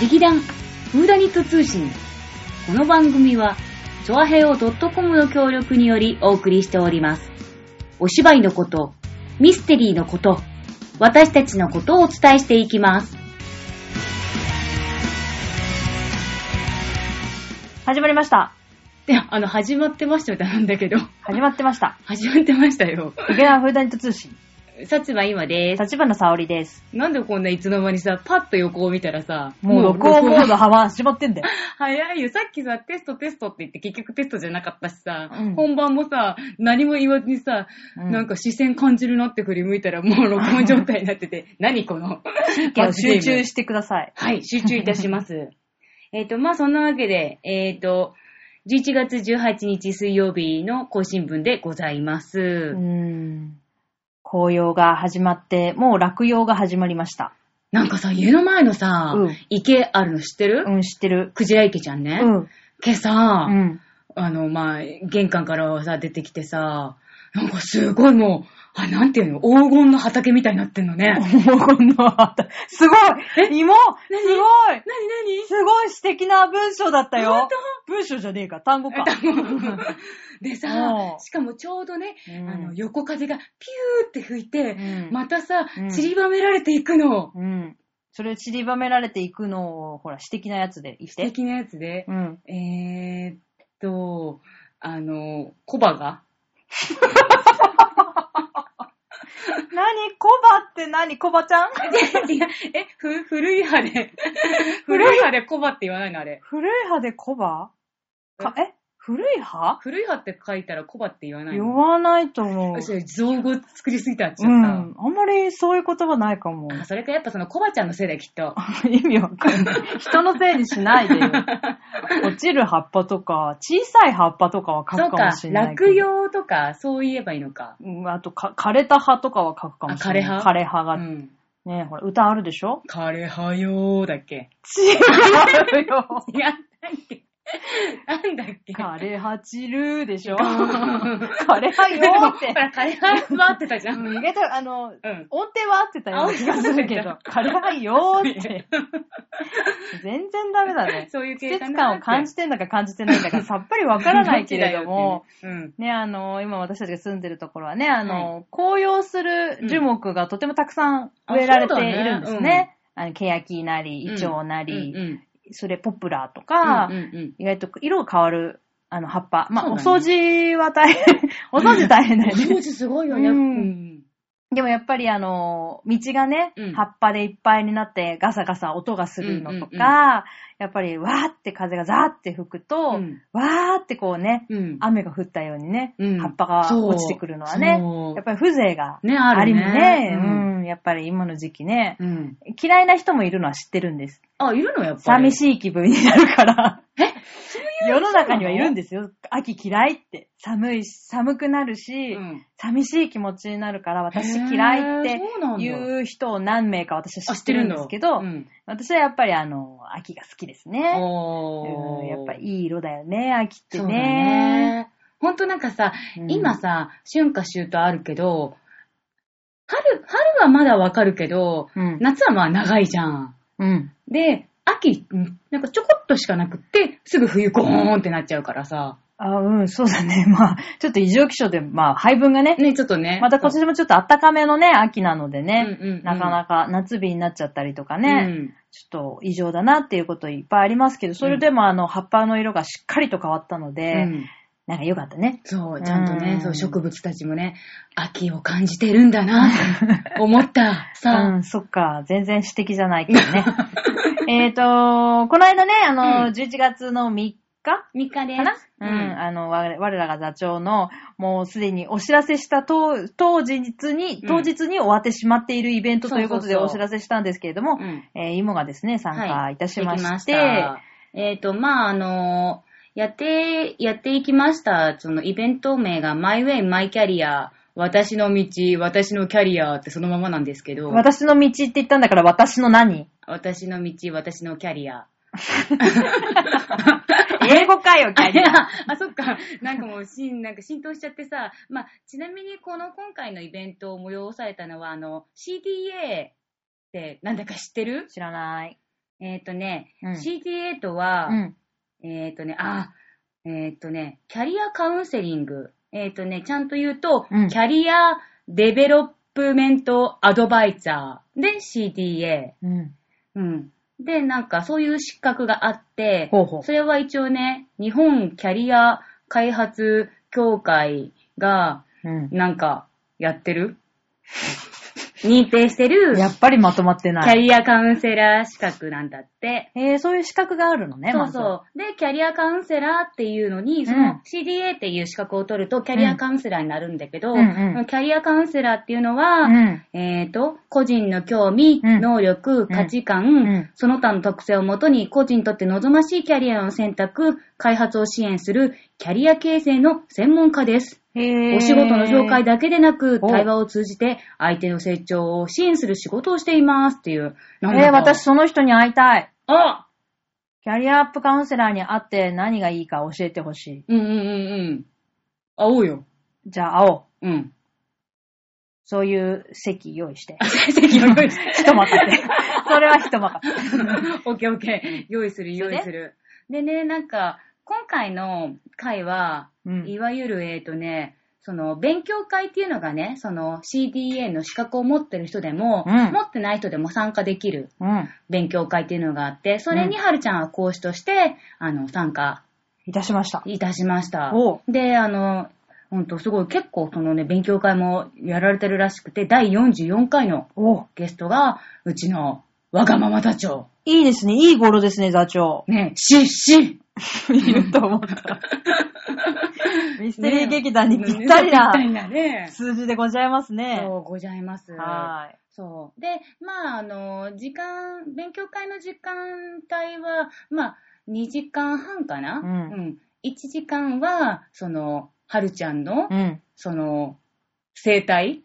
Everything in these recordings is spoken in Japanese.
劇団フーダニット通信。この番組は、チョアヘオ .com の協力によりお送りしております。お芝居のこと、ミステリーのこと、私たちのことをお伝えしていきます。始まりました。で、あの、始まってましたよなんだけど。 始まってました。始まってましたよ。劇団フーダニット通信。薩摩今で立花沙織です。す。なんでこんないつの間にさ、パッと横を見たらさ、もう録音モード始まって んだよ。早いよ。さっきさ、テストテストって言って結局テストじゃなかったしさ、うん本番もさ、何も言わずにさ、うんなんか視線感じるなって振り向いたらもう録 音状態になってて、何この。神経を集中してください。はい、集中いたし ます。えっと、まあ、そんなわけで、えっ、と、11月18日水曜日の更新分でございます。うーん。紅葉が始まって、もう落葉が始まりました。なんかさ、家の前のさ、うん池あるの知ってる、うん、知ってる。クジラ池ちゃんね。うん。今朝、うん。あの、まあ、玄関からさ、出てきてさ、なんかすごいもう、あ、なんていうの黄金の畑みたいになってんのね。なにもうこんな、すごい芋すごいすごい素敵な文章だったよ。文章じゃねえか、単語か。なにでさう、んしかもちょうどね、うんあの、横風がピューって吹いてう、んまたさう、ん散りばめられていくの。うん。それを散りばめられていくのを、ほら、詩的なやつで言っ素て。敵なやつで。うん。えーっと、あの、コバが 何コバって何コバちゃんいやえ、ふ、古い派 で、古い派でコバって言わないのあれ。古い派でコバかえ古い派古い派って書いたらコバって言わない言のわないと思う。私、造語作りすぎたっちゃうん。った。あんまりそういう言葉ないか も。あそれかやっぱそのコバちゃんのせいだよきっと。意味わかんない。人のせいにしない でよ。落ちる葉っぱとか、小さい葉っぱとかは書そうくかもかし、れないけど。落葉とか、そう言えばいいのか。うんあとか、枯れた葉とかは書くかもしれない。あ枯枯れ葉うが。ん。ねほら、歌あるでしょ枯れ葉よーだっけ。 違うよいや、なんだっけ。なんだっけ。枯れ葉散るで しうょん枯れ葉よーっでも てほ。ら、枯れ葉待ってたじゃ。うんん、意外と、あの、うん。音程は合ってたような気がするけ ど、枯れ葉よーって。全然ダメだね。そういう季系か節な感っをて感じてんだか感じてないん だかさっぱりわからないけれども、どっちだよっていうねね、あの、今私たちが住んでるところはね、あの、紅葉する樹木がとてもたくさん植えられているんですあそうだねね。あの、ケヤキなり、イチョウなうん。うり、んうんそれポプラーとか、うんうんうん意外と色が変わる、あの、葉っぱ。まあ、おそう掃だ除は大変、 お掃除大変だよね。当時すごいよね。うんうんでもやっぱりあの、道がね、うん葉っぱでいっぱいになってガサガサ音がするのとか、うんうんうんやっぱりわーって風がザーって吹くと、うんわーってこうね、うん。雨が降ったようにね、うん葉っぱが落ちてくるのはねそう、やっぱり風情がね、あありるもね。ね、うんうんやっぱり今の時期ね、うん。嫌いな人もいるのは知ってるんです。あ、いるのやっぱり。寂しい気分になるから。え 世の中にはいるんですよ。秋嫌いって。寒いし、寒くなるし、うん寂しい気持ちになるから、私嫌いってへーそうなんだいう人を何名か私はあ知ってるんですけど、うん私はやっぱりあの、秋が好きですね。おーうんやっぱいい色だよね、秋ってそうだね。ね。ほんとなんかさ、うん今さ、春夏秋冬あるけど、春、春はまだわかるけど、うん夏はまあ長いじゃん。うん。で、秋、うんなんかちょこっとしかなくって、すぐ冬ゴーンってなっちゃうからさ。あ、うん、そうだね。 まあ、ちょっと異常気象で、まあ、配分がね、ね、ちょっとね。また今年もちょっと暖かめのね、秋なのでね、うんうんうんなかなか夏日になっちゃったりとかそうね、ちょっと異常だなっていうこといっぱいありますけど、それでもあの、葉っぱの色がしっかりと変わったのうで、んうんなんか良かったね。そう、ちゃんとうねん、そう、植物たちもね、秋を感じてるんだな、っ て思った。うさあ、ん、そっか。全然指摘じゃないけど ね。えっと、この間ね、あの、うん11月の3日か3日でなうん、あの、我我らが座長の、もうすでにお知らせした当当日に、うん当日に終わってしまっているイベントということそうでそうおそう知らせしたんですけれども、うんえー、イモがですね、参加いたしはいまして、できましたえっ、と、まあ、あの、やって、やっていきました、そのイベント名が、マイウェイ、マイキャリア、私の道、私のキャリアってそのままなんですけど、私の道って言ったんだから私の 何私の道、私のキャリア。英語かよ、キあャいリや ア。 あ、そっか。なんかもう、しん、なんか浸透しちゃってさ、まあ、ちなみにこの今回のイベントを催されたのは、あの、CDA ってなんだか知ってる知らない。えっ、とね、うん CT8 は、うん。えっ、とね、あ、えっ、とね、キャリアカウンセリング。えっ、とね、ちゃんと言うと、うんキャリアデベロップメントアドバイザーで CDA。うん。うん。で、なんかそういう資格があって、ほうほうそれは一応ね、日本キャリア開発協会が、うなんか、やって る認定してるん。キやっぱりまとまってなャい。リアカウンセラー資格なんだって。えー、そういう資格があるのね、そまうずそう。で、キャリアカウンセラーっていうのんに、その CDA っていう資格を取ると、キャリアカウンセラーになるんだけど、うんうんそのキャリアカウンセラーっていうのは、うん。えっ、と、個人の興味、うん能力、価値観、んその他の特性をもとに、個人にとって望ましいキャリアの選択、開発を支援するキャリア形成の専門家です。へーお仕事の紹介だけでなく、お対話を通じて相手の成長を支援する仕事をしていますっていう。なんだろえー、う私。その人に会いたい。あキャリアアップカウンセラーに会って何がいいか教えてほしい。うんうんうんうん。会おうよ。じゃあ会おう。うん。 そういう席用意して。席を用意 して。 ひとまかって。それはひとまかって。オッケーオッケー。用意する、そ用れ意でする。でね、なんか、今回の回は、うんいわゆる、えっ、とね、その、勉強会っていうのがね、その CDA の資格を持ってる人でも、うん持ってない人でも参加できるうん。勉強会っていうのがあって、それにはるちゃんは講師として、あの、参加いたしました。いたしました。おうで、あの、ほんとすごい結構そのね、勉強会もやられてるらしくて、第44回のおゲストが、うちのわがまま座長。。いいですね。いい語呂ですね、座長ね、し、し、言うと思 った。ミステリー劇団にぴったり ぴっなたりなね。数字でございますね。そう、ございます。はーい。そう。で、まあ、あの、時間、勉強会の時間帯は、まあ、2時間半かなうん1時間は、その、はるちゃんの、うん。その、生態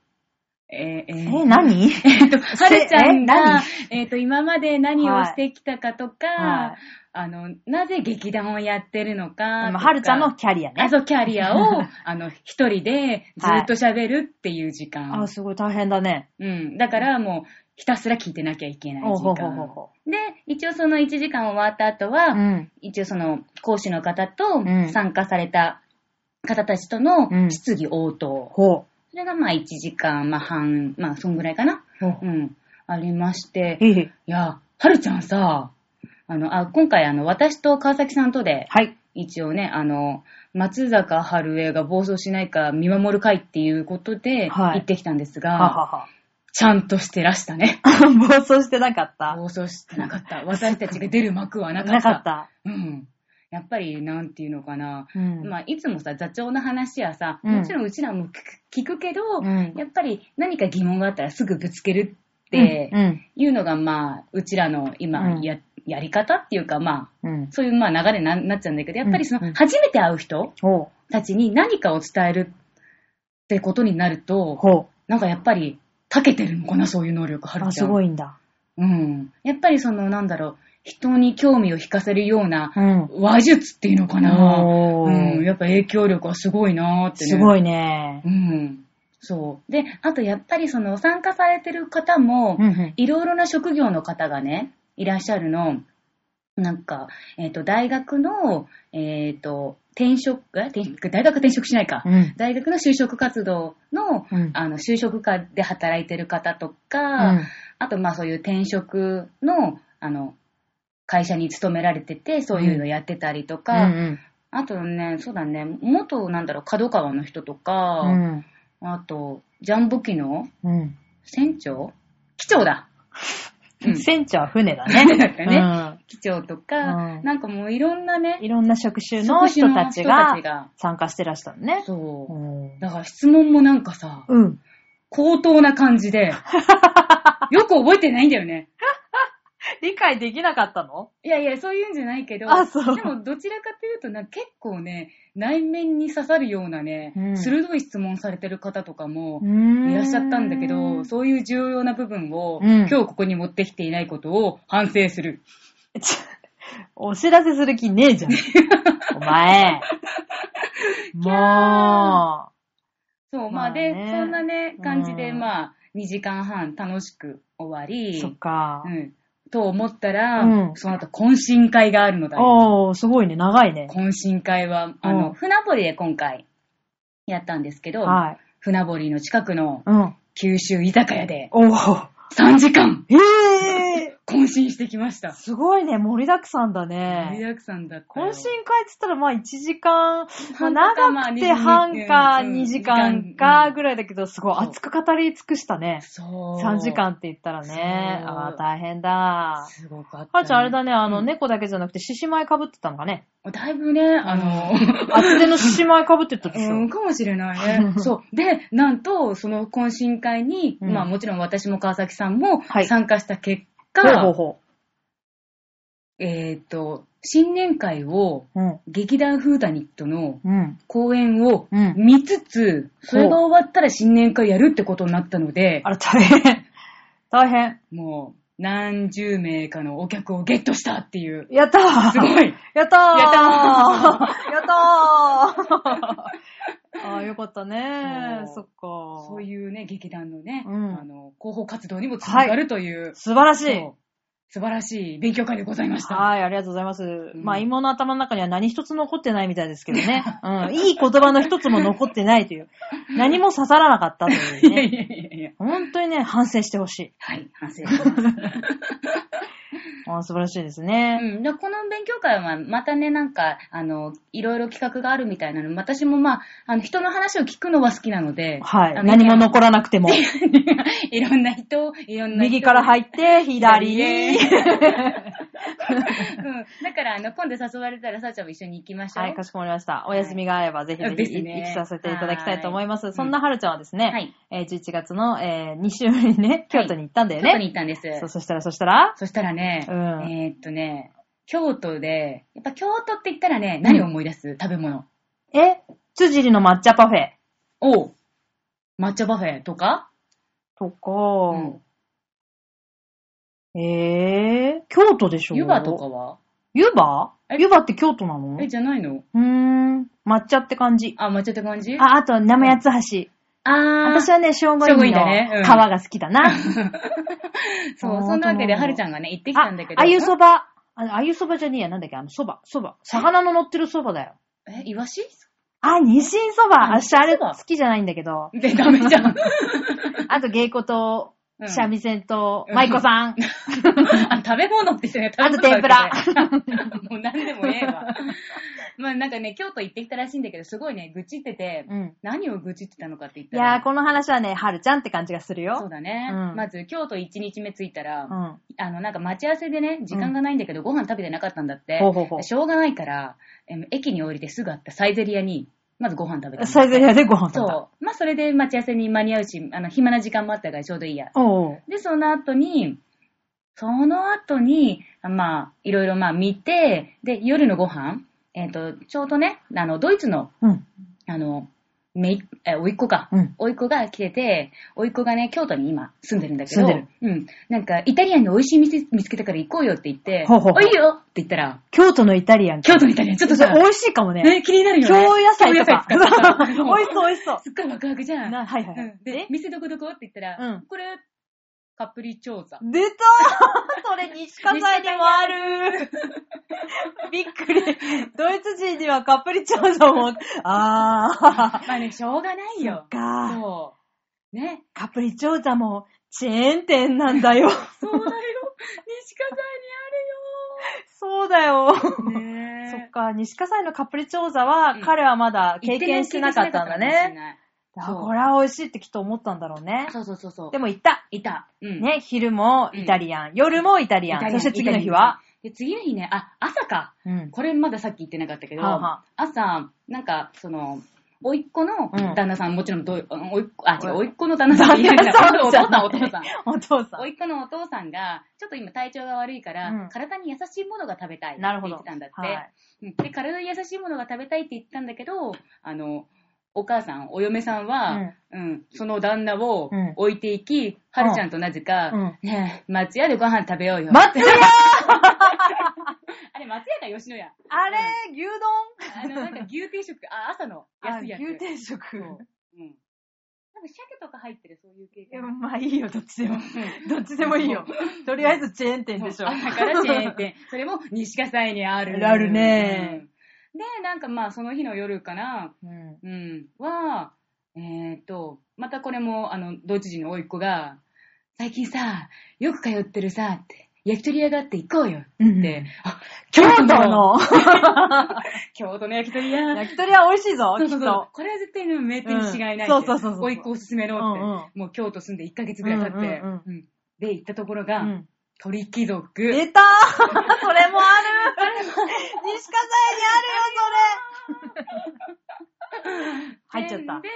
えーええーー、何えっと、はるちゃんえが何、えっと、今まで何をしてきたかとか、はいあの、なぜ劇団をやってるのかあとのか。はるちゃんのキャリアあね。そう、キャリア を、あの、一人でずっと喋るっていう時間。あ、すごい大変だね。うん。だからもう、ひたすら聞いてなきゃいけないおう時ほうほうほう間。ほで、一応その1時間終わった後う。は、ん。一応その講師の方とん参加された方たちとのうん質疑応答。ほそれがまあ1時間、まあ半、まあそんぐらいかな。う。ほうん。ありましてう。。へへいや、はるちゃんさ、あの、あ、今回あの、私と川崎さんとで、はい。一応ね、あの、松坂春江が暴走しないか見守る会っていうことでは行いってきたんですが、ははは。ちゃんとしてらしたね。暴走してなかった暴走してなかった。私たちが出る幕はなかなった。かった。うん。やっぱり、なんていうのかな。うんまあ、いつもさ、座長の話やさ、うんもちろんうちらも聞く聞くけど、うんやっぱり何か疑問があったらすぐぶつけるってうん。いうのが、まあ、うちらの今うんや、やり方っていうか、まあ、うん。そういうまあ流れにななっちゃうんだけど、やっぱりそうんうの、ん初めて会う人ほたちに何かを伝えるってことになるう。と、ほなんかやっぱり、長けてるのかな、そういう能力、はう。るあ、ちゃすん。ごいんだ。うん。やっぱりその、なんだろう、人に興味を引かせるようなうん。話術っていうのかな。おうん。ー。やっぱ影響力はすごいなーってね。すい。ごいね。うん。そう。で、あとやっぱりその、参加されてる方もう、んうん。いろいろな職業の方がね、いらっしゃるの。なんか、えっ、と、大学の、えっ、と、転職、え転大学転職しないか。うん。大学の就職活動の、うんあの、就職課で働いてる方とか、うんあと、まあそういう転職の、あの、会社に勤められてて、そういうのやってたりとうか、んあとね、そうだね、元、なんだろう、角川の人とうか、ん。あと、ジャンボ機のうん。船長機長だう。うんん船長は船だ船ね。だったよねうん機長とうかん、なんかもういろんなね、いろんな職種の人たちが職種の人たちが参加してらしたのね。そう。うんだから質問もなんかさ、うん。高等な感じ で、よく覚えてないんだよね。理解できなかったのいやいや、そういうんじゃないけど、あ、そう。でもどちらかというとな結構ね内面に刺さるようなね、うん鋭い質問されてる方とかもいいらっしゃったんだけどそういう重要な部分を、うん今日ここに持ってきていないことを反省する。お知らせする気ね えじゃん。お前。もそう、ままああねで、そんなね感じで、うんまあ2時間半楽しく終わう、りそっかう。ん、と思ったら、うんその後懇親会があるのだよ。ああ、すごいね。長いね。懇親会は、あうの、ん船堀で今回やったんですけど、はい。船堀の近くのうん。九州居酒屋でおお。 3時間へえ。懇親してきました。すごいね。盛りだくさんだ盛りね。だくさんだったよ。懇親会っつったら、まあ1時間、まあ、半か長くて半まかあに2時うん間かぐらいだけど、すごいそう熱く語り尽くしたね。そう。 3時間って言ったらね。そうああ、大変だ。すごかった、はるちゃんあれだね、あの、うん猫だけじゃなくて獅子舞被ってたのかね。だいぶね、あの、 厚手の獅子舞被ってたでしょ。うん、かもしれないね。そう。で、なんと、その懇親会に、うんまあもちろん私も川崎さんもはい参加した結果、ほうほえっ、と、新年会をうほう。うん。劇団フーダニットのうん。公演をうん見つつ、それが終わったら新年会やるってことになったので、あら、大変。大変。もう何十名かのお客をゲットしたっていう、やったーすごい。ややったーったーや ったーあーよかったねそうそっか。そういうね、劇団のね、うんあの、広報活動にもつながるという、素晴らしいそう素晴らしい勉強会でございました。はい、ありがとうございます。んまあ、芋の頭の中には何一つ残ってないみたいですけど ね。うん。いい言葉の一つも残ってないという。何も刺さらなかったとい ういやね。いやいやいや。本当にね、反省してほしい。はい、反省して ます。あー素晴らしいですね。うん、でこの勉強会はまたね、なんか、あの、いろいろ企画があるみたいなの、私もまあ、あの、人の話を聞くのは好きなので、はあい。の何も残らなく ても。いろんな人、いろんな人右から入 って、左に。うん。だから、あの、今度誘われたら、さあちゃんも一緒に行きましょう。はい、かしこまりました。お休みがあれば、ぜひぜですひ、ね行きさせていただきたいと思いまはいす。そんなはるちゃんはですはね、い。えー11月のえー2週目にね、京都に行ったんだよ京都ね。に行ったんです。そう、そそしたら、そしたら、したらね、うんえーっとね、京都で、やっぱ京都って言ったらね、何を思い出す、食べ物。え、辻里の抹茶パフェおう抹茶パフェとかとうんか、えー、京都でしょ湯葉とか。は湯葉湯葉って京都なのえ、じゃないのうーん、抹茶って感じ。あ、抹茶って感じあ、あと、生八つ橋。あー私はね、正午聖護院院のだねうん皮が好きだな。そあう、ーそんなわけで、そはうなんだるちゃんがね、行ってきたんだけど。あ、あゆそば。ああゆそばじゃねえや。なんだっけあの、そば。そば。魚の乗ってるそばだよ。え、イワシあ、ニシンそば。ああ、しゃニれシンそば好きじゃないんだ けど。で、ダメじゃん。あと、芸妓と、うん三味線とう、ん舞妓さん。あ 食べ物って言ってね、あと、天ぷら。食べ物だけ で。もう何でもええ わ。まあなんかね、京都行ってきたらしいんだけど、すごいね、愚痴ってて、うん。何を愚痴ってたのかって言っいたら。やー、この話はね、はるちゃんって感じがするそうよ。だね。うんまず、京都1日目着いたら、うん。あの、なんか待ち合わせでね、時間がないんだけど、ご飯食べてなかったんだって。ほうほうほうしょうがないから、えー駅に降りてすぐあったサイゼリアに、まずご飯食べたんだってサイゼリアでご飯食べた。そう。まあ、それで待ち合わせに間に合うし、あの、暇な時間もあったからちょうどいいや。おう。で、その後に、その後に、まあ、いろいろまあ見て、で、夜のご飯、えっ、と、ちょうどね、あの、ドイツの、うん。あの、めい、え、おいっ子か。うん。おいっ子が来てて、おいっ子がね、京都に今住んでるんだけど、住んでるうん。なんか、イタリアンの美味しい店見つけたから行こうよって言って、ほうほうほうおいいよって言ったら、京都のイタリアン。京都のイタリアン、ちょっとさ、美味しいかもね。ね、気になるよ京ね。野菜とか。京野菜使った美味し そう、美味しそう。すっごいワクワクじゃん。なはいはいはうんい。でえ、店どこどこって言ったら、うんこれ、カプリチョーザ。出 たーそれ西葛西にもあるびっくり。ドイツ人にはカプリチョーザも、あまあね、しょうがないー。そよっ。か。そう。ね。カプリチョーザもチェーン店なんだよ。そうだよ。西 そうだよ。葛西にあるよ。ねそっか、西葛西のカプリチョーザは、うん彼はまだ経験してなかったんたかだね。。もしれないあそうこれは美味しいってきっと思ったんだろうね。そうそうそうそう。でも、も行った。いた。うん。ね、昼もイタリアン、夜もイタイリタリアアン。ン、そして次の日は、イタリアンで、次の日ね、あ、朝か。うん。これまださっき言ってなかったけど、はあはあ朝、なんか、その、おいっ子のうん旦那さん、もちろんどう、おいっ子、あ、違う、おいっ子の旦那さんって言えない旦那お父さんじさゃないん、お父さん。お父さんお。いっ子のお父さんが、ちょっと今体調が悪いから、うん体に優しいものが食べたいってな言るほっど。てたんだって、はいうんで、体に優しいものが食べたいって言ったんだけど、あの、お母さん、お嫁さんは、うん、その旦那をうん置いていき、はるちゃんとなぜか、うんねえ、松屋でご飯食べようよ。松屋あれ、松屋か吉野家。 あれ、牛丼 あの、なんか牛定食、あ、朝の安いやつ。あ牛定食。うん。多分鮭とか入ってる、そういう系でかもな。まあいいよ、どっちでも。どっちでもいいよ。とりあえずチェーン店でしょ。だからチェーン店。それも西葛西にある。あるねうん。で、なんかまあその日の夜かな、うん。うん、は、えーっと、またこれも、あの、ドイツ人の甥いっ子が、最近さ、よく通ってるさ、って、焼き鳥屋があって行こうよって、うんあ、京都の京都の焼き鳥屋。焼き鳥は美味しいぞ、そうきっそうそうと。。これは絶対の名店に違いないって。うんそうそうそうそう甥っ子おすすめのって、うんうんもう京都住んで1ヶ月ぐらい経って、うんうんうんで、行ったところうが、ん鳥貴族。出たー それもある西葛西に あるよ、それ入っちゃったで。、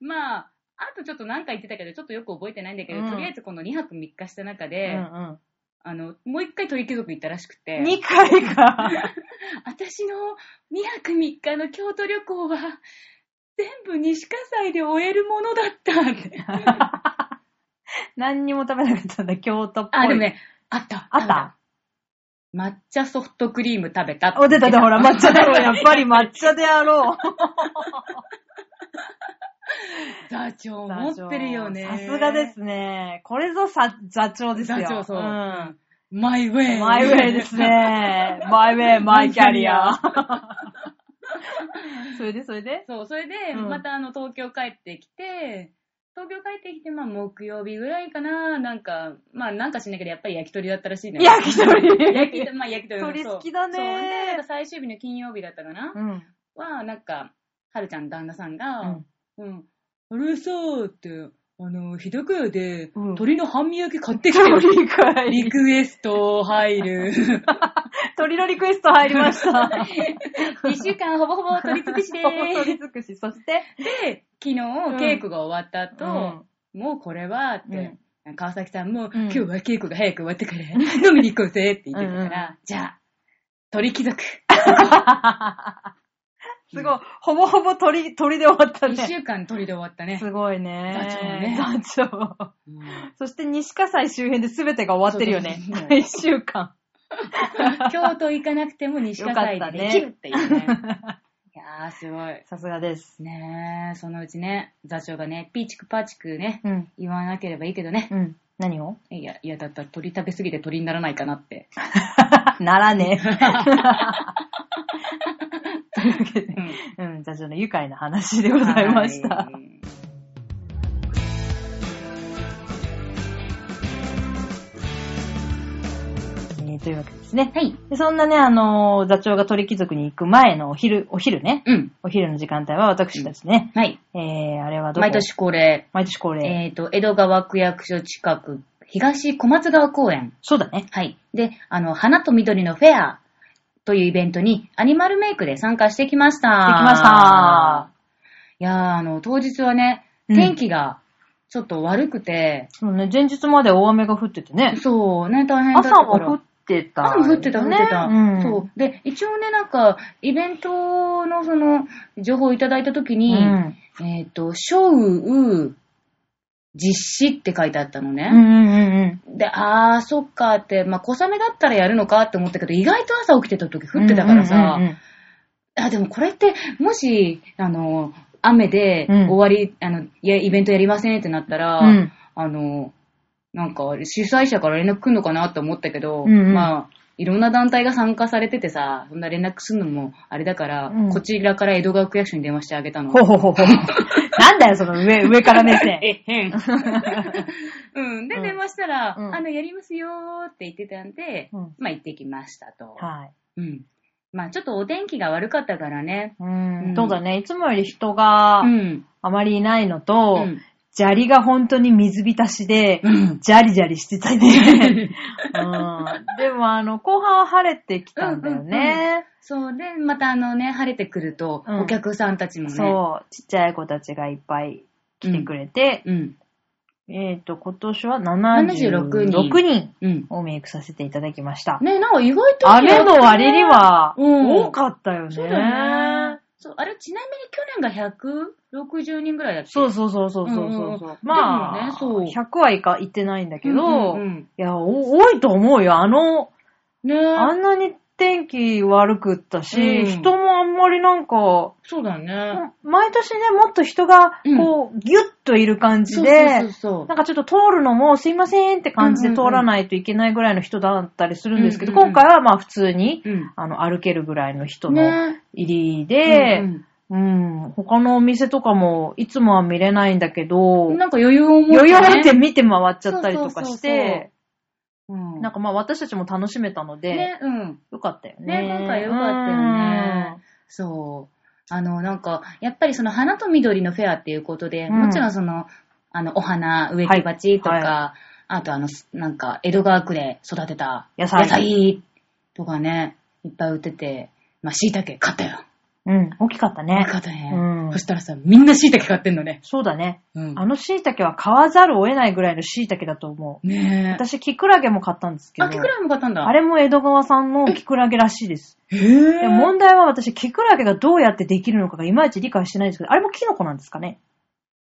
まあ、あとちょっと何回言ってたけど、ちょっとよく覚えてないんだけど、うんとりあえずこの2泊3日した中で、うんうんあの、もう一回鳥貴族行ったらしくて、二回か。 私の2泊3日の京都旅行は、全部西葛西で終えるものだったって。 何にも食べなかったんだ、京都っぽい。あ、でもね、あった。あった抹茶ソフトクリーム食べたって。お、出た、出た、 ほら、抹茶だろう、 やっぱり抹茶であろう。座長持ってるよね。さすがですね。これぞさ、座長ですよ。座長、そう。うん。マイウェイ。マイウェイです ね。マイウェイ、マイキャリア。 それで、それで そう、それで、うんまたあの、東京帰ってきて、東京帰ってきて、まあ、木曜日ぐらいかな、なんか、まあ、なんかしないけど、やっぱり焼き鳥だったらしいね。焼き鳥焼き鳥、まあ、焼き鳥鳥そう好きだねそうで、なんか最終日の金曜日だったかな、うん。は、なんか、はるちゃん旦那さんうがん、うん、あれさ、って、あの、ひどくやでうん、鳥の半身焼き買ってきてよ、鳥かいリクエスト入 る。鳥のリクエスト入りました。 1週間ほぼほぼ鳥尽くしでー鳥尽くし。そして、す。で、昨日、稽古が終わった後、うんもうこれはって、川崎さんも、うん今日は稽古が早く終わってから、飲みに行こうぜって言ってたから、じゃあ、鳥貴族。すごい、ほぼほぼ鳥、鳥で終わった一ね。週間鳥で終わったね。すごいね。座長座長。うんそして西葛西周辺で全てが終わってるよねそうそうそ。う一週間。京都行かなくても西葛西でできるっていうね。いやー、すごい。さすがです。ねえ、そのうちね、座長がね、ピーチクパーチクね、うん。言わなければいいけどね。うん。何をいや、いや、だったら鳥食べ過ぎて鳥にならないかなって。ならねえ。というわけで、うん うん、座長の愉快な話でございました。はいえーというわけですね。はい。でそんなね、あのー座長が鳥貴族に行く前のお昼、お昼ね。うん。お昼の時間帯は私たちね、はい。えー、あれはどこ毎。年恒例、毎年恒例。えっ、と、江戸川区役所近く、東小松川公園。そうだね。はい。で、あの、花と緑のフェアというイベントにアニマルメイクで参加してきました。できました。いやー、あの、当日はね、うん天気がちょっと悪くて、そうね、前日まで大雨が降っててね。そうね、大変だった朝から。も降ってた、雨降ってた、降ってた、ねうん、そう。で、一応ね、なんか、イベントのその、情報をいただいたときうに、ん。えっ、と、小雨実施って書いてあったのうんうね。んうんで、あー、そっかって、まあ、小雨だったらやるのかって思ったけど、意外と朝起きてた時うん。降ってたからさ、うんうんうんあ、でもこれって、もし、あの、雨でうん終わり、あの、いや、イベントやりませんってなったら、うんあの、なんか、主催者から連絡来るのかなって思ったけど、うんうんまあ、いろんな団体が参加されててさ、そんな連絡するのもあれだから、うんこちらから江戸川区役所に電話してあげたの。ほうほうほうほう。なんだよ、その上、上から目 線。えへん。うん。うで、ん電話したら、うんあの、やりますよーって言ってたんで、うんまあ、行ってきましたと。はい。うん。まあ、ちょっとお天気が悪かったからね。うんうんそうだね。いつもより人がうん。あまりいないのと、うん砂利が本当に水浸しで、うんジャリジャリしてたね。 うん、でもあの、後半は晴れてきたんだよね。そう。で、またあのね、晴れてくると、うんお客さんたちもね。そう、ちっちゃい子たちがいっぱい来てくれて、うん。えっ、と、今年は76 76人人人うん。をメイクさせていただきました。ね、なんか意外と。あれの割にはうん多かったよね。そうだね。そう、あれちなみに去年が160人ぐらいだった。そうそうそうそうそうそうそう、うんうんまあ、でもねそう100はいか行ってないんだけど、うんうんうんいやお多いと思うよ。あの、ねあんなに天気悪くったし、うん人もあんまりなんか、そうだね。毎年ね、もっと人が、こう、ギュッといる感じそうでそう、そうそなんかちょっと通るのもすいませんって感じで通らないといけないぐらいの人だったりするんですけど、うんうんうん今回はまあ普通に、う。うん。あの、歩けるぐらいの人のね入りうで、んうん、他のお店とかもいつもは見れないんだけどう、んなんか余裕を持って、余ね。裕を持って見て回っちゃったりとかしそうそうそうて、うん。なんかまあ私たちも楽しめたので、ね、うん。よかったよね。ね今回よかったよねそう。あの、なんか、やっぱりその花と緑のフェアっていうことで、うんもちろんその、あの、お花植木鉢とか、はいはあとあの、すなんか、江戸川区で育てた野菜とかね、いっぱい売ってて、まあ、椎茸買ったよ。うん。うん、大きかったね。買ったね。うんそしたらさ、みんな椎茸買ってんのね。そうだね。うん。あの椎茸は買わざるを得ないぐらいの椎茸だと思う。ねえ。私、キクラゲも買ったんですけど。あ、キクラゲも買ったんだ。あれも江戸川さんのキクラゲらしいです。へぇで問題は私、キクラゲがどうやってできるのかがいまいち理解してないんですけど、あれもキノコなんですかね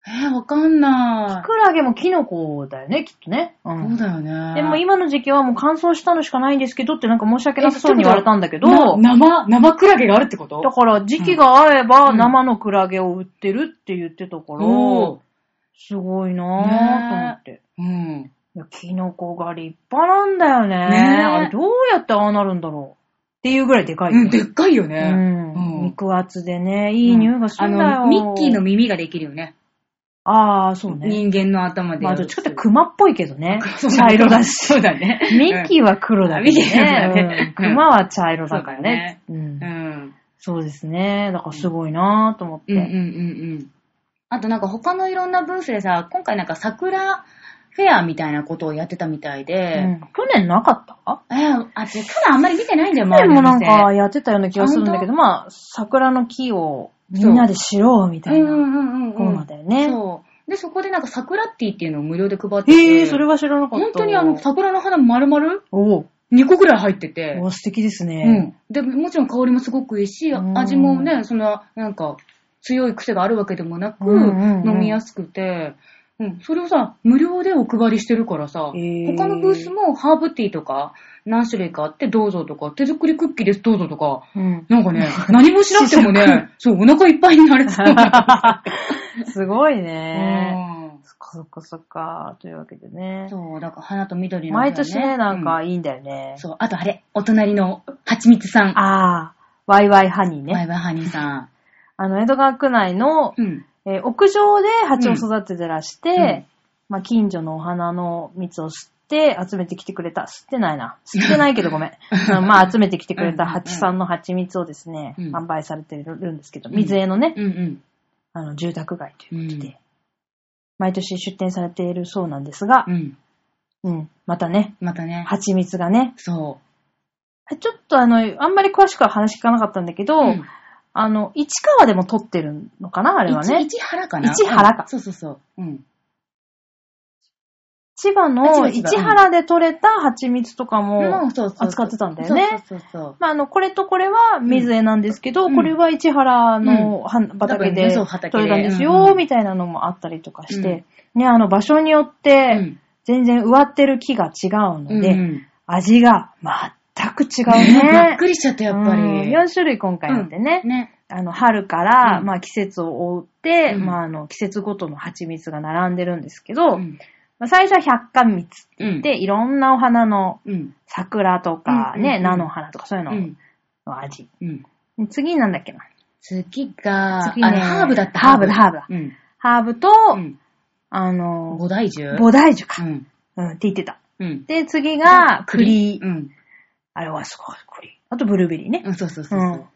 えー、わかんキなクラゲもキノコだよね、きっとね。うい。んそうだよね。でも今の時期はもう乾燥したのしかないんですけどってなんか申し訳なさそうに言われたんだけど、な生、生クラゲがあるってことだから時期が合えばうん生のクラゲを売ってるって言ってたから、おーすごいなぁと思って。うん。いや、キノコが立派なんだよね。ねえあれどうやってああなるんだろうっていうぐらいでかいようん、でっかいよね。うんうん肉厚でね、いい匂いがするんだよ。あの、ミッキーの耳ができるよね。ああ、そうね。人間の頭で。まあ、どっちかって熊っぽいけどね。そう茶色だし。そうだね。ミッキーは黒だけどミッキーは黒だねね。うん熊は茶色だからね。うんうん。そうですね。だからすごいなぁと思っうんうんうんうて。ん。あとなんか他のいろんなブースでさ、今回なんか桜フェアみたいなことをやってたみたいで、うん去年なかったえーあ、ちょただあんまり見てないんだよ、去周り年のもなん店。かやってたような気がするんだけど、まあ、桜の木をみんなで知ろうみたういんうなんうんうん。コーナーだよね。そう。で、そこでなんか桜ティーっていうのを無料で配ってて。へえ、それは知らなかった。本当にあの、桜の花丸々おう2個ぐらい入ってて。おう、素敵ですうね。ん。で、もちろん香りもすごくいいし、うん味もね、そんな、なんか、強い癖があるわけでもなく、うんうんうん飲みやすくて、うん。それをさ、無料でお配りしてるからさ、へー他のブースもハーブティーとか、何種類かあって、どうぞとか、手作りクッキーです、どうぞとか、うん。なんかね、何もしなくてもね、そう、お腹いっぱいになれそうな。 すごいう ね。ん。そっかそっかそっか。というわけでね。そう、だから花と緑の、毎年ね、なんかういいんだよね。そう、あとあれ、お隣の、蜂蜜 さん。ああ、ワイワイハニーバイね。バイハニーさあの、江戸川区内の、ん。うん。えー屋上で蜂を育ててらして、うんまあ、近所のお花の蜜を吸って集めてきてくれた。吸ってないな。吸ってないけど ごめん。あの まあ、集めてきてくれた蜂さんの蜂蜜をですね、うん販売されてるんですけど、うん水江のね、うんうん。あの、住宅街ということで、うん毎年出店されているそうなんですがう、ん。うん、またね、またね。蜂蜜がね、そちょっとあの、あんまり詳しくは話聞かなかったんだけど、う。あの、市川でも撮ってるのかなああれはね。市原かな市原かうんそうそうそう。うん。千葉のあ千葉千葉市原で撮れた蜂蜜とかももう、そうそうそう。扱ってたんだよね。そうそうそうまあ、あの、これとこれは水江なんですけど、うんこれは市原のは畑多分でねそう撮畑でれたんですうんよ、うんみたいなのもあったりとかして、ね、あの、場所によっそう。て、ん。全然植わってる木が違うので、うん味が全く違う ねびっね。くりしちゃった、やっぱり。 4種類今回あってね。ね。あの、春から、うんまあ季節を追って、うんまああの、季節ごとの蜂蜜が並んでるんですけど、うん。まあ、最初は百花蜜って言って、いろんなお花のうん。桜とかうんうんね、うん菜の花とかそういううのん。の味。うん。次なんだっけな。次が、次ねあれ、ハーブだった。ハーブだハーブだうん。ハーブと、うん。あの五、大樹菩提樹うか、ん。うん。って言ってた。うん。で、次が栗。うん。あれはすごい栗。あとブルーベリーね。うん、そうそうそうう。んそう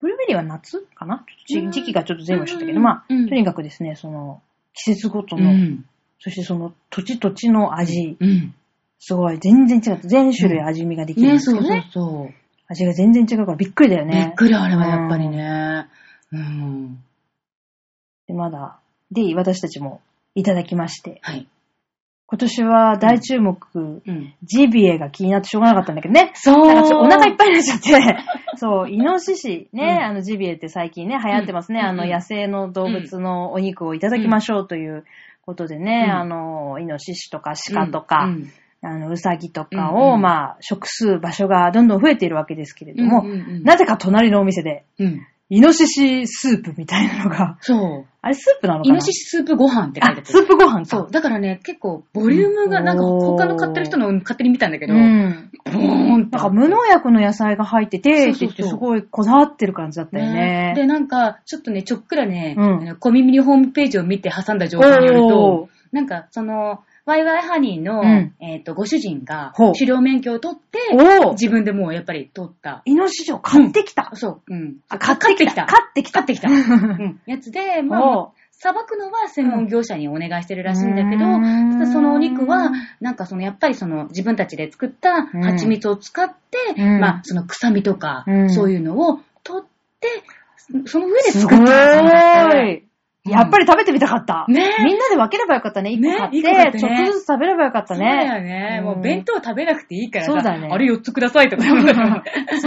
ブルーベリーは夏かなちょっうんと時期がちょっと全部ちゃったけど、うんまあ、うとんにかくですね、その、季節ごとうの、ん。そしてその土地土地の味、うん。すごい、全然違う。全種類味見ができるんね、ですけそどうね。そうそう。味が全然違うからびっくりだよびね。っくり、あれはやっぱりね。うん。で、まだ、で、私たちもいただきまして。はい。今年は大注目、うん。ジビエが気になってしょうがなかったんだけどね。そう。なんかちょっとお腹いっぱいになっちゃ って。そう、イノシシね、うんあのジビエって最近ね、流行ってますね。うんあのうん野生の動物のお肉をいただきましょうということでね、うんあの、イノシシとか鹿とか、うんあの、うさぎとかうを、んうんまあ、食数、場所がどんどん増えているわけですけれども、うんうんうんなぜか隣のお店で、うん。イノシシスープみたいなのが、そう。あれスープなのかイなノシシスープご飯って書いてああ、スる。ープご飯か。そう。だからね、結構、ボリュームが、うんなんか、他の買ってる人の勝手に見たんだけど、うボん。ーンって。なんか無農薬の野菜が入ってて、そうそうそうって言ってすごいこだわってる感じだったよね。で、なんか、ちょっとね、ちょっくらね、うんあの小耳にホームページを見て挟んだ情お報によると、ーなんか、その、ワイワイハニーの、うんえっ、と、ご主人がほう、狩猟免許を取って、おー自分でもうやっぱり取った。イノシシを買ってきた。そう、うん。あ買買ってきた。ってきた。うん。やつで、まあ、おーさばくのは専門業者にお願いしてるらしいんだけど、うーんただそのお肉は、なんかそのやっぱりその自分たちで作った蜂蜜を使って、うんまあその臭みとか、うんそういうのを取って、その上です作ごったんだって。い。やっぱり食べてみたかった。ねえみんなで分ければよかったね。一個買ねっ一個買ってて、ねちょっとずつ食べればよかったそうだね。よね。うんもう弁当食べなくていいからさ、そうだねあれ4つくださいとか。 そう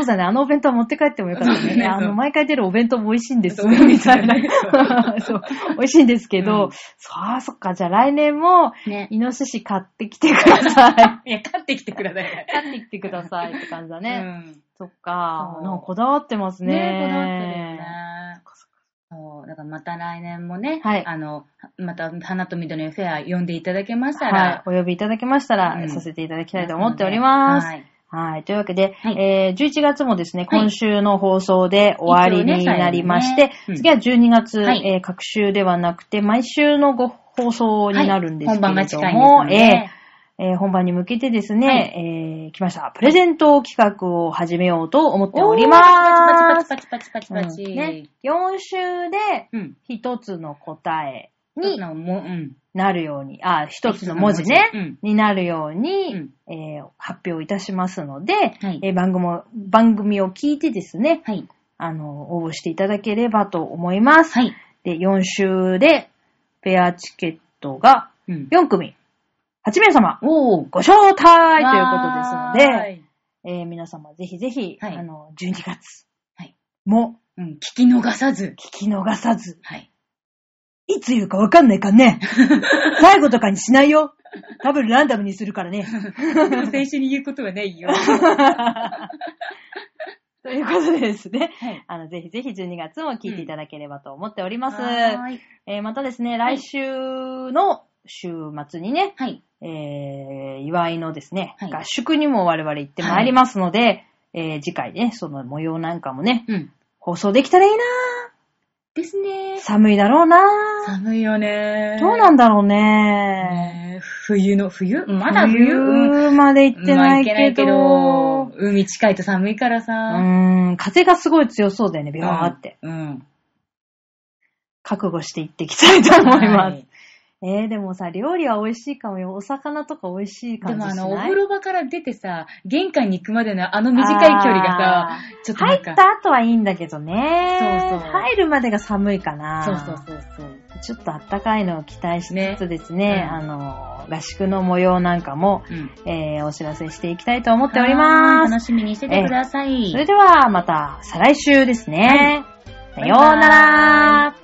だね。あのお弁当は持って帰ってもよかったそうね。ねあそうの、毎回出るお弁当も美味しいんです、そうみたいなそ。 そう。美味しいんですけうんど、そうあ、そっか。じゃあ来年も、ね。イノシシ買ってきてください。買いや、買ってきてください。ってきてくださいって感じだうね。んそっかそ。うなんかこだわってますね。ねえ、こだわってるよね。そう、だからまた来年もね、はいあの、また花と緑のフェア呼んでいただけましたはいら、。お呼びいただけましたら、うんさせていただきたいと思っております。はい。はい。というわけで、はいえー、11月もですね、はい今週の放送で終わりになりま一し応てね最後ねう、ん次は12月、はいえー、各週ではなくて、毎週のご放送になるんですけれどはい本番も、が近いんですよねえーえー本番に向けてですね、はいえー、来ました。プレゼント企画を始めようと思っております。パチパチパチパチパチパチパチパチ。うんね、4週でうん。一つの答えに、にのも、うん。なるように、あ、一つの文字ね。うん。になるように、うんえー発表いたしますので、はいえー番組を、番組を聞いてですね、はい。あの、応募していただければと思います。はい。で、4週で、ペアチケットがうん。 4組、8名様、おー。ご招待ということですのはで、いえー皆様ぜひぜひ、はいあの、12月はいもうん。聞き逃さず。聞き逃さず、 はい。いつ言うかわかんないからね。 最後とかにしないよ。多分ランダムにするか らね。先週に言うことはないよ。 ということでですね。はい。あの、ぜひぜひ12月も聞いていただければと思っております。はーい。えーまたですね、はい来週の週末にね、はい。えー祝いのですね、はい合宿にも我々行ってまいりますので、えー次回ね、その模様なんかもね、うん。放送できたらいいなですねぁ。寒いだろうなぁ。寒いよねどうなんだろうねねえ冬の、冬まだ冬うん冬まで行ってまあない行けないけけどど、、海近いと寒いからうさ。ーん、風がすごい強そうだよね、ビヨーって。うん。覚悟して行ってきたいと思います。はいえー、でもさ、料理は美味しいかもよ。お魚とか美味しでい感じもしなあいの、お風呂場から出てさ、玄関に行くまでのあの短い距離がさ、さ、ちょっとな入んっか。た後はいいんだけどね。そうそう入るまでが寒いかな。そうそうそうそう。ちょっとあったかいのを期待しつつですね、ねうんあの、合宿の模様なんかも、うん。えー、お知らせしていきたいと思っております。楽しみにしててください。それでは、また、再来週ですね。いさようなら。バイバーイ